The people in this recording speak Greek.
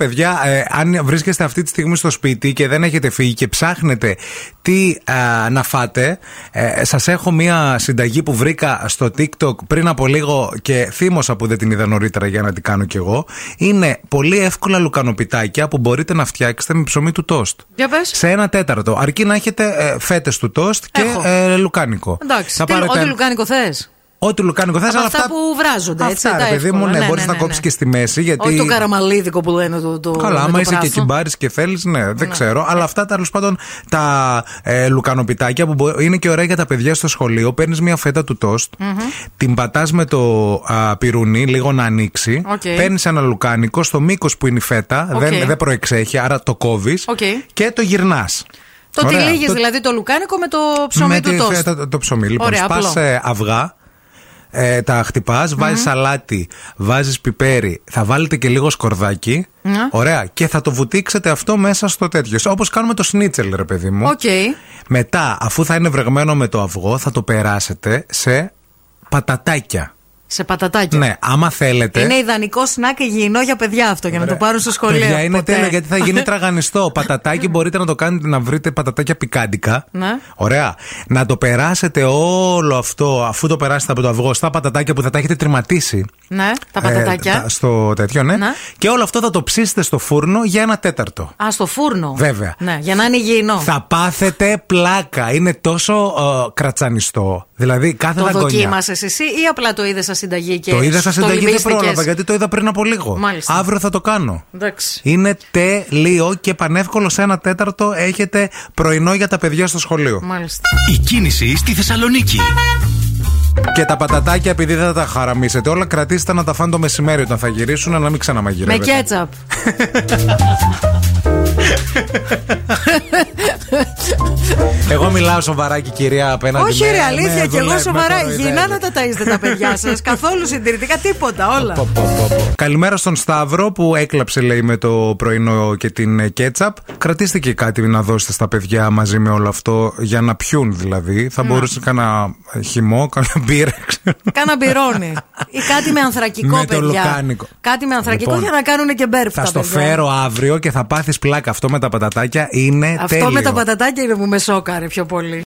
Παιδιά, ε, αν βρίσκεστε αυτή τη στιγμή στο σπίτι και δεν έχετε φύγει και ψάχνετε τι ε, να φάτε, ε, σας έχω μία συνταγή που βρήκα στο TikTok πριν από λίγο και θύμωσα που δεν την είδα νωρίτερα για να την κάνω κι εγώ. Είναι πολύ εύκολα λουκανοπιτάκια που μπορείτε να φτιάξετε με ψωμί του τόστ. Για πες. Σε ένα τέταρτο. Αρκεί να έχετε φέτες του τόστ και Έχω. ε, λουκάνικο. Εντάξει, Να τι- πάρετε- ό,τι λουκάνικο θες. Ό,τι λουκάνικο θες, Από αλλά αυτά που βράζονται, Αυτά, έτσι, τα ρε παιδί μου, εύκολα. ναι, Ναι, μπορείς ναι, να ναι, κόψεις ναι. και στη μέση. Γιατί... Όχι το καραμαλίδικο που λένε το. το με Καλά, το άμα είσαι και πράσινο. κυμπάρη και θέλεις, ναι, δεν ξέρω. Αλλά αυτά τέλος πάντων τα ε, λουκανοπιτάκια που μπο- είναι και ωραία για τα παιδιά στο σχολείο. Παίρνεις μια φέτα του τοστ, την πατάς με το α, πυρούνι, λίγο να ανοίξει. Οκ. Παίρνεις ένα λουκάνικο, στο μήκος που είναι η φέτα, Οκ. δεν, δεν προεξέχει, άρα το κόβεις Οκ. και το γυρνάς. Το τυλίγει δηλαδή το λουκάνικο με το ψωμί με του τη τόστ. φέτα, το, το ψωμί. Λοιπόν, Ωραία, σπάς, απλό. ε, αυγά, ε, τα χτυπάς, βάζεις σαλάτι, βάζεις πιπέρι, θα βάλετε και λίγο σκορδάκι. Ναι. Ωραία. Και θα το βουτήξετε αυτό μέσα στο τέτοιο. Όπως κάνουμε το σνίτσελ, ρε παιδί μου. Οκ. Μετά, αφού θα είναι βρεγμένο με το αυγό, θα το περάσετε σε πατατάκια. Σε πατατάκια. Ναι, άμα θέλετε. Είναι ιδανικό σνακ υγιεινό για παιδιά αυτό, για να το πάρουν στο σχολείο. Παιδιά, είναι ποτέ. τέλειο γιατί θα γίνει τραγανιστό. Πατατάκι μπορείτε να το κάνετε να βρείτε πατατάκια πικάντικα. Ναι. Ωραία. Να το περάσετε όλο αυτό, αφού το περάσετε από το αυγό, στα πατατάκια που θα τα έχετε τριματίσει. Ναι, τα ε, πατατάκια. τα- στο τέτοιο, ναι. Ναι. Και όλο αυτό θα το ψήσετε στο φούρνο για ένα τέταρτο. Α, στο φούρνο. Βέβαια. Ναι, για να είναι υγιεινό. Θα πάθετε πλάκα. Είναι τόσο ε, κρατσανιστό. Δηλαδή κάθε Το δαγκονιά. δοκίμασες εσύ ή απλά το είδες σαν συνταγή και Το είδα σαν στο συνταγή, δεν λυμπίστηκες. πρόλαβα γιατί το είδα πριν από λίγο. Μάλιστα. Αύριο θα το κάνω. Εντάξει. Είναι τέλειο και πανεύκολο σε ένα τέταρτο έχετε πρωινό για τα παιδιά στο σχολείο. Μάλιστα. Η κίνηση στη Θεσσαλονίκη. Και τα πατατάκια, επειδή δεν θα τα χαραμίσετε όλα, κρατήστε να τα φάνε το μεσημέρι όταν θα γυρίσουν, να μην Με ξαναμαγειρεύετε. κέτσαπ. Εγώ μιλάω σοβαρά και η κυρία απέναντι. Όχι, με- ρε, με αλήθεια. Και εγώ δουλεύει, με σοβαρά. κοροϊδεύει. Γυρνά τα ταΐζετε τα παιδιά σας. Καθόλου συντηρητικά, τίποτα. Όλα. Πω, πω, πω, πω. Καλημέρα στον Σταύρο που έκλαψε λέει με το πρωινό και την ε, κέτσαπ. Κρατήστε και κάτι να δώσετε στα παιδιά μαζί με όλο αυτό για να πιούν δηλαδή. Ναι. Θα μπορούσε κανένα χυμό, κανένα μπύρα. ξέρω. Κάνα μπυρώνει. Ή κάτι με ανθρακικό, Με το παιδιά. λουκάνικο. Κάτι με ανθρακικό Λοιπόν, για να κάνουν και μπέρπ Θα τα στο παιδιά. φέρω αύριο και θα πάθεις πλάκα. Αυτό με τα πατατάκια είναι Αυτό τέλειο. με τα πατατάκια είναι που με σόκαρε πιο πολύ.